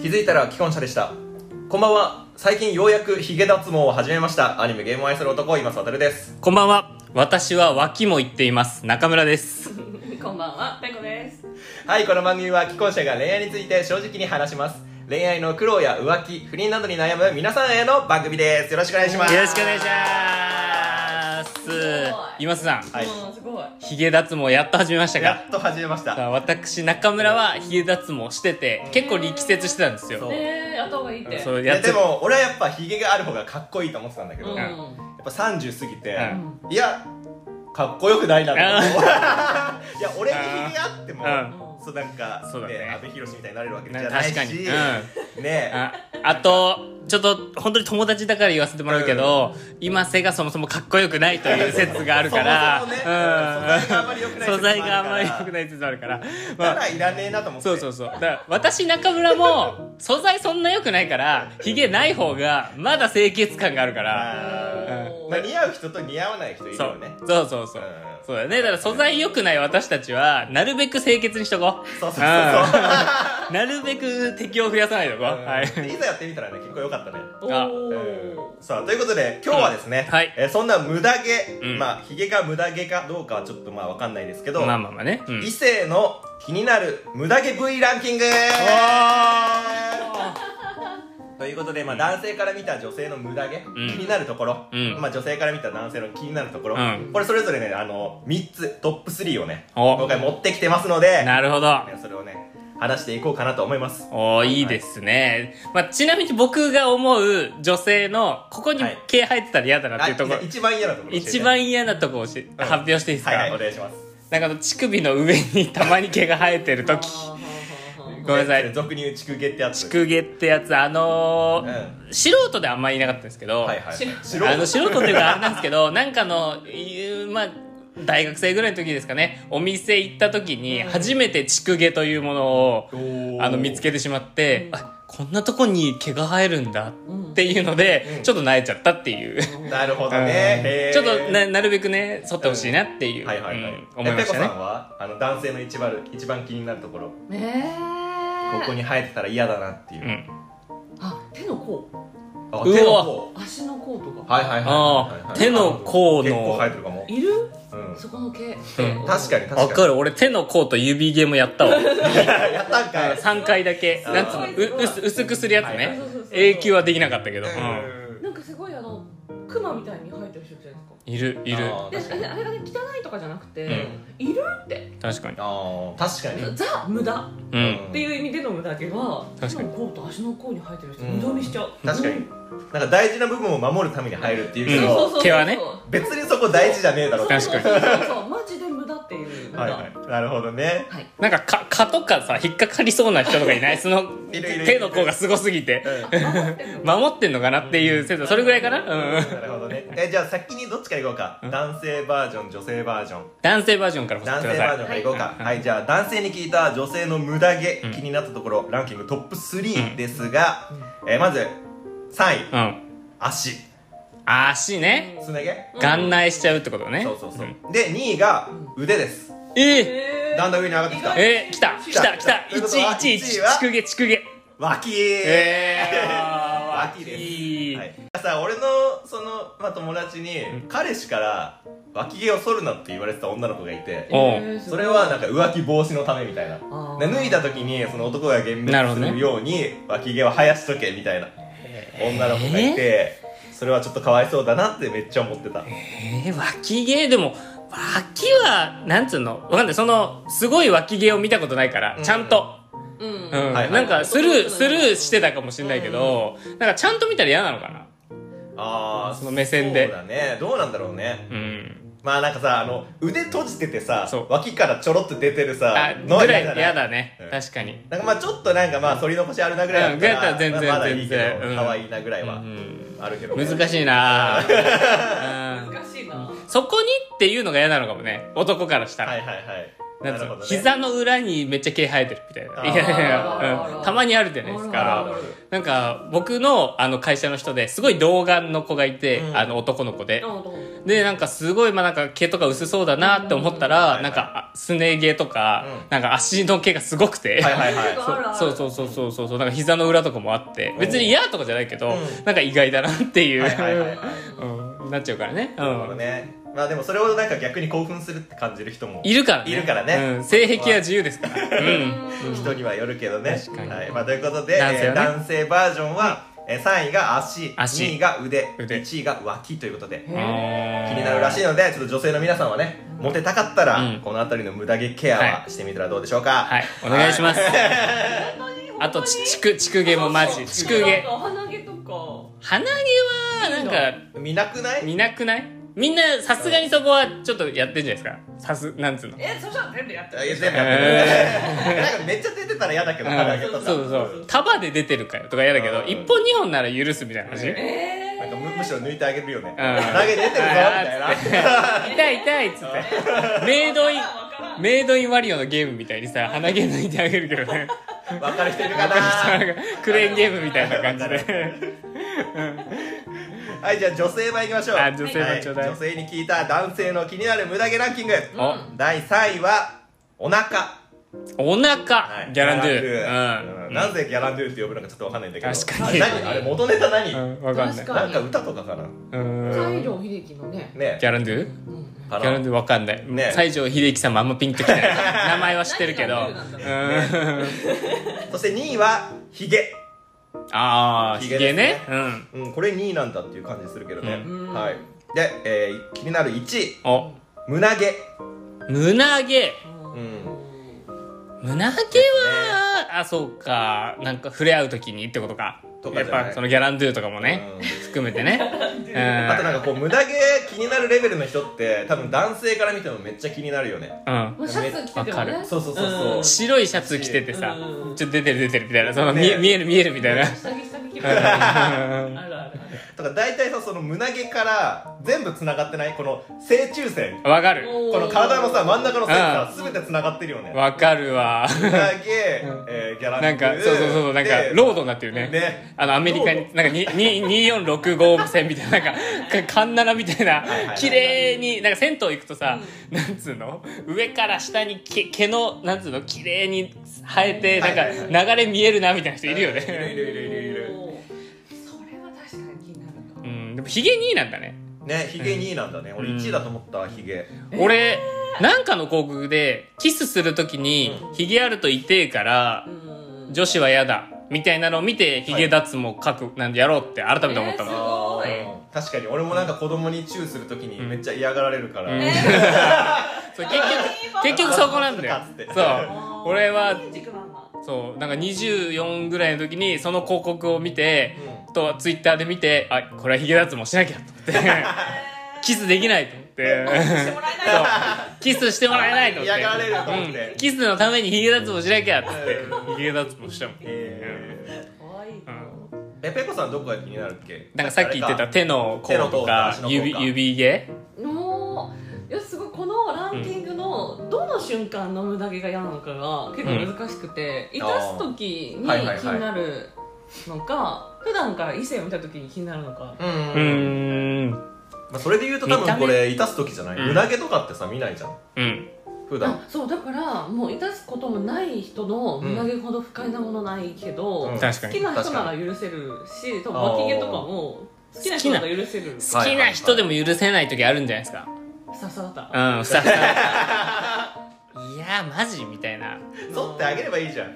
気づいたら既婚者でしたこんばんは最近ようやくヒゲ脱毛を始めましたアニメゲームを愛する男今悟ですこんばんは。私は脇も言っています。中村です。こんばんは、ペコです。はいこの番組は既婚者が恋愛について正直に話します恋愛の苦労や浮気不倫などに悩む皆さんへの番組ですよろしくお願いしよますろしくお願いしますすごい。今津さん、はいうんすごい。ヒゲ脱毛やっと始めましたやかっと始めましたさあ私、中村はヒゲ脱毛してて、結構力説してたんですよ。ねえ、やった方がいいって。そういややってでも俺はやっぱヒゲがある方がかっこいいと思ってたんだけど、うん。やっぱ30過ぎて、うんいやかっこよく ないなと思っていや俺にヒゲあっても、うそうなんかそうだねね阿部寛みたいになれるわけじなゃないし確かに。うん。ねああと、ちょっと本当に友達だから言わせてもらうけど、今背がそもそもかっこよくないという説があるから、 そもそもね素材があまり良くない説もあるから素材があなんまり良くない説もあるから、らいらねえなと思ってそうそうそうだから私中村も素材そんな良くないからヒゲない方がまだ清潔感があるからあーうんまあ、似合う人と似合わない人いるそようねそうそうそううんそうだねだから素材良くない私たちはなるべく清潔にしとこうそうそうそうそううんなるべく敵を増やさないとこう、うんはいでいざやってみたらね結構良かったねおあー。さあということで今日はですね、うんはいえーそんな無駄毛、うんまあひげが無駄毛かどうかはちょっとまあわかんないですけど、まあまあまあね、うん異性の気になる無駄毛部位ランキングということで、まあ、男性から見た女性の無駄毛、ん気になるところ、うんまあ、女性から見た男性の気になるところ、うんこれそれぞれねあの3つトップ3をねお今回持ってきてますのでなるほどねそれをね話していこうかなと思いますおーいいですね、まあ、ちなみに僕が思う女性のここにはい毛生えてたら嫌だなっていうところ、あ一番嫌なところ教えて一番嫌なとこをし、発表していいですか、はいはいお願いしますなんかあの乳首の上にたまに毛が生えてる時あーはんはんはんはんごめんなさい俗に言う畜毛ってやつ乳毛ってやつあのー素人であんまりいなかったんですけど、はいはい素あの素人っていうかあれなんですけど なんかのいうまあ大学生ぐらいの時ですかねお店行った時に初めて乳毛というものを、あの見つけけてしまって、あこんなとこに毛が生えるんだっていうので、うんちょっと萎えちゃったっていう、なるほどねへーちょっとななるべくね剃ってほしいなっていう、はいはいはい、うん思いまえしペコたさねんはあの男性の一番一番気になるところこねえ。こに生えてたら嫌だなっていう、うんあ、手の甲。あうわ手の甲足の甲とか。はいはいはいはいはいあー手の甲の結構生えてるかも、いるうん、そこの毛。ん確かにわ確かかる俺手の甲と指毛もやっ たわにやったんかい3回だけあーなんつうのう薄薄くするやつはいねそうそうそう永久はできなかったけど、うんうなんかすごいあの、クマみたいに生えてる人じゃないいるいるあーです確か。かにで、あれがね、汚いとかじゃなくうて、んいるって。確かにあー確かにザ・無駄うん、っていう意味での無駄毛は、手確かにの甲と足の甲に生えてる人、二度見しちゃう。確かうにん。なんか大事な部分を守るために生えるっていうけうんど、そうそうそう毛はね別にそこ大事じゃねえだろう確かにそうそうそうマジで無駄っていう無駄はいははいなるほどねいなんかか蚊とかさ引っかかりそうな人とかいないそのいるいる手の甲がすごすぎて守ってる守ってんのかなっていう説それぐらいかな、うん、なるほどねえじゃあ先にどっちからいこうか男性バージョン女性バージョン男性バージョンから教え男て性くだバージさョンいからいこうかははいい、じゃあ男性に聞いた女性の無駄毛、気になったところランキングトップ3ですが、えーまず3位うん足足ねすね毛、眼内しちゃうってことねそうそうそう、んで2位が腕ですええーだんだん上に上がってきた意外えー、来た来た来たということは1位1位一位はちくげちくげ脇ええーー 脇ですはい、さ俺のその、まあ、友達に、彼氏から脇毛を剃るなって言われてた女の子がいておうえーすそごいれはなんか浮気防止のためみたいなーで脱いだ時にその男が幻なるほ滅すどねるように脇毛は生やしとけみたいな女の子がいてそれはちょっとかわいそうだなってめっちゃ思ってたえー、脇毛でも脇はなんつうのわかんないそのすごい脇毛を見たことないから、うんちゃんと、うんうんうんはいはいなんかスルうーんスルーしてたかもしれないけど、なんかちゃんと見たら嫌なのかなあーその目線でそうだねどうなんだろうねうんまあなんかさあの腕閉じててさそう脇からちょろっと出てるあさのはぐらない嫌だね、うん確かになんかまあちょっとなんかまあ反り残しあるなぐらいだったら,、うんぐらいだったら全然まあまだいいけ全然うどん可愛いなぐらいはうんあるけど、難しいなぁ、うん、難しいなそこにっていうのが嫌なのかもね男からしたら、はいはいはいなんつうるほのどね膝の裏にめっちゃ毛生えてるみたいあなーいやいやいあらあや、らうん、たまにあるじゃないですあらかあらなんか僕のあの会社の人ですごい童顔の子がいて、うんあの男の子で、あどうもでなんかすごいまあなんか毛とか薄そうだなって思ったら、うんなんかあすね毛とか、うんなんか足の毛がすごくて、はいはいはいあるあるそうそうそうそうそうそうなんか膝の裏とかもあって別に嫌とかじゃないけど、うんなんか意外だなっていう、はいはいはいはいうん、なっちゃうからね、うなるほどん、ねまあでもそれをなんか逆に興奮するって感じる人もいるからねいるからねうん、性癖は自由ですから、うん、人にはよるけどね確かにはいまあ、ということで男性はねえー男性バージョンは、えー3位が足足2位が腕腕1位が脇ということで気気になるらしいのでちょっと女性の皆さんはねモテたかったら、うんこの辺りの無駄毛ケアはしてみたらどうでしょうかはいお願いします、あとちちちくちく毛もマジちく毛鼻毛とか鼻毛はなんか見なくない見なくないみんなさすがにそこはちょっとやってんじゃないですかさすなんつうのえそしたら全部やってあるいや全部やってる、 なんかめっちゃ出てたら嫌だけど、鼻毛うとんかそうそう束で出てるかよとか嫌だけどうん一本二本なら許すみたいな話、ええなんかむむしろ抜いてあげるよね、ん鼻毛出てるぞみたいな 痛い痛いっつってメイドインメイドインワリオのゲームみたいにさ鼻毛抜いてあげるけど ね分かる人いるかなクレーンゲームみたいな感じわかではいじゃあ女性版いきましょうあ女性版ちょうだい女性に聞いた男性の気になる無駄毛ランキングお第3位はお腹、お腹、はいギャランドゥギャランドゥうん、なぜギャランドゥって呼ぶのかちょっと分かんないんだけど確かにあれ何あれ元ネタ何、うん、わかんない確なんか歌とかかなうー西ん城秀樹のねねギャランドゥうんかなギャランドゥわかんない、ね西城秀樹さんもあんまピンときてない 名前は知ってるけど何がルールそして2位はヒゲああヒひゲげでねすうんうん、これ2位なんだっていう感じするけどね、うんはいで、えー気になる1位お胸毛胸毛ん胸毛は、あそうかなんか触れ合う時にってことかとかやっじゃないぱそのギャランドゥとかもね、うん含めてねあとなんかこう無駄毛気になるレベルの人って多分男性から見てもめっちゃ気になるよねうん、うんまあシャツ着ててもわかねそうそうそうそう、うん白いシャツ着ててさ、うんちょっと出てる出てるみたいなその、ね見見える見えるみた いな、下着下着着てるあるあるあるだから大体さその胸毛から全部つながってないこの正中線わかるこの体のさ真ん中の線さうん全てつながってるよねわかるわ胸毛、えーギャラなんかそうそうそうそうなんかロードになってるねねあのアメリカになんかにに2465線みたいななんかかカンナラみたいないはいはい綺麗になんか銭湯行くとさ、なんつうの上から下に毛毛のなんつうの綺麗に生えてはないはいはいんか流れ見えるなみたいな人いるよいるいね、るいるいるいるそれは確かに気になるかうもん、でもヒゲ2位なんだねねヒゲ2位なんだね、俺1位だと思ったヒゲ俺なんかの広告でキスするときにヒゲあると痛えからうん女子は嫌だみたいなのを見てヒゲ脱毛書くなんでやろうって改めて思ったもん、すごいうん確かに俺もなんか子供にチューするときにめっちゃ嫌がられるから、うんえそ う結局結局そこなんだよかつてそう俺はー軸なんだそうなんか24ぐらいの時にその広告を見て、とツイッターで見てあこれはヒゲ脱毛しなきゃと思って キスできないと思ってしてもらえないそうかキスしてもらえないと思って嫌がられると思ってうんキスのためにヒゲ脱毛しなきゃっつっうてヒゲ脱毛したもん、えわいいなー、えペコさんどこが気になるっけなんかさっき言ってた手の甲手のと甲とか足の甲指か指毛もういやすごいこのランキングのどの瞬間の無駄毛が嫌なのかが結構難しくて、ん生かす時に気はいはいはいになるのか、普段から異性を見た時に気になるのかうん、うーんまあ、それで言うと多見分た目これいたす時じゃない、うん胸毛とかってさ見ないじゃんうん普段あそうだからもう致すこともない人の無駄毛ほど不快なものないけど、うん確か好にきな人なら許せるし多分脇毛とかも好きな人なら許せるき好きな人でも許せない時あるんじゃないですかささだったうんふさ ふさいやマジみたいな剃ってあげればいいじゃん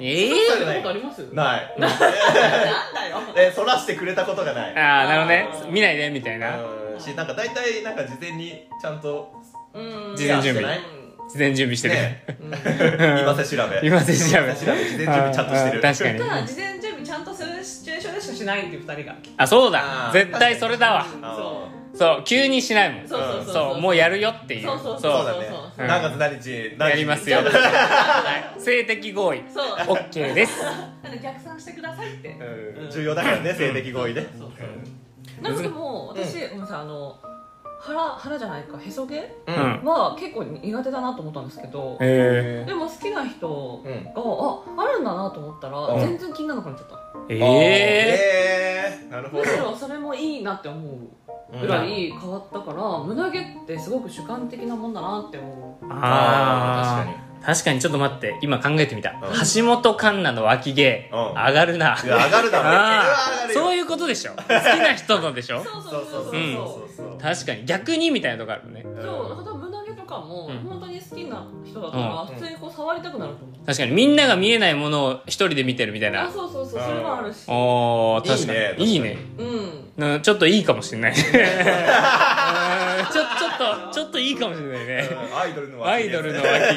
ええそうじゃななんいかありますなんないだよえ剃らしてくれたことがないああなるほどね見ないでみたいなうんしなんか大体なんか事前にちゃんとうん事前準備ケアして事前準備してる、 ねうん今せ調べ今せ調べ事前準備ちゃんとしてるあー確かにただ事前準備ちゃんとするシチュエーションでしかしないっていう2人があそうあだー絶対それだわあーそう急にしないもんそうそうそうそうもうやるよっていうそうそうそうそうだねそう何月何日何や時りますようんはい性的合意そうオッケーですなんで逆算してくださいって重要だからね性的合意ねそうそうなんかでも私ごめんなさいあの腹腹じゃないかへそ毛ううんは結構苦手だなと思ったんですけどえでも好きな人うんがああるんだなと思ったうんら全然気にならなくなっちゃったええーなるほむどしろそれもいいなって思うぐらい変わったから、胸毛ってすごく主観的なもんだなって思うああー確ー確かにちょっと待って今考えてみた、ん橋本環奈の脇毛、うん上がるないや上がるだろうあ上がーるよそういうことでしょ好きな人のでしょそうそうそうそううんそうそう確かに逆にみたいなとこあるねうんそう、だから胸毛とかもうん本当に好きな人だから、うん普通にこう触りたくなると思う。確かにみんなが見えないものを一人で見てるみたいあ、なそうそうそう、うんそれもあるし。おー確かにいいいいねねうん。うんちょっといいかもしれないうんちょちょっとちょっといいかもしれないねうんアイドルのア脇イ毛ドルねの脇毛愛おし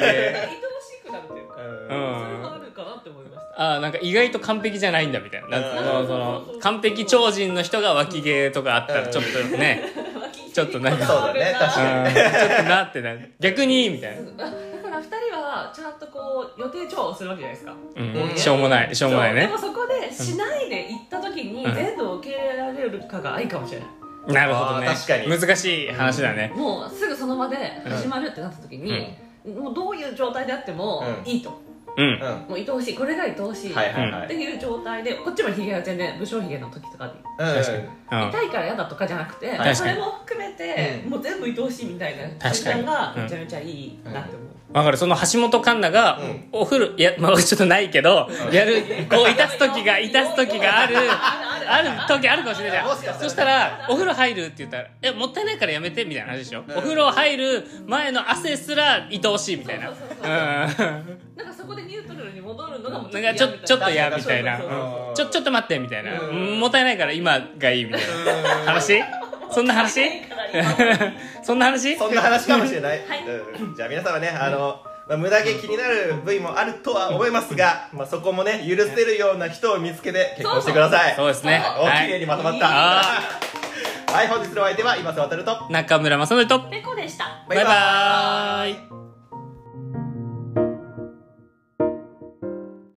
くなるというか、うんうんそれがあるかなって思いましあーなんか意外と完璧じゃないんだみたいななんかうんそのその完璧超人の人が脇毛とかあったらちょっとねた。ちょっとなんかそうだね確うんちょかっとなってな逆にみたいな、うんあだから二人はちゃんとこう予定調和をするわけじゃないですか。う、うんんしょうもないしょうもないでねもそこでしないで行った時にうん全部受け入れられるかがいいかもしれない。なるほどねあー確かに難しい話だね、もうすぐその場で始まるってなった時に、もうどういう状態であってもうんいいと。うんうんもう愛おしい、これが愛おしい。はいはいはっていいう状態でこっちもひげが全然武将ひげの時とかにうん確かに、うん、痛いから嫌だとかじゃなくて、かにそれも含めて、うんもう全部愛おしいみたいな確かに時間がうんめちゃめちゃいいなって思う、わかるその橋本環奈がうんお風呂、いやまあちょっとないけど、うんやるこういたす時がいたす時があるあるある時あるかもしれないもしじゃかんしたらそしたらお風呂入るって言ったら「えもったいないからやめて」みたいな話でしょ、んお風呂入る前の汗すら愛おしいみたいなうそうそうそうそんなんかそこでニュートラルに戻るのがもなうんかちょちょっと 嫌みたいなそうそうそううんちょちょっと待ってみたいな、うんうんもったいないから今がいいみたいなうん話そんな話 そんな話そんな話かもしれない、はいうんじゃあ皆さんはねあの、まあ、無駄毛気になる部位もあるとは思いますが、まあ、そこもね許せるような人を見つけて結婚してくださいそうですねおは綺麗にいまとまったあはい本日のお相手は今瀬渡ると中村正則とペコでしたバイバーイ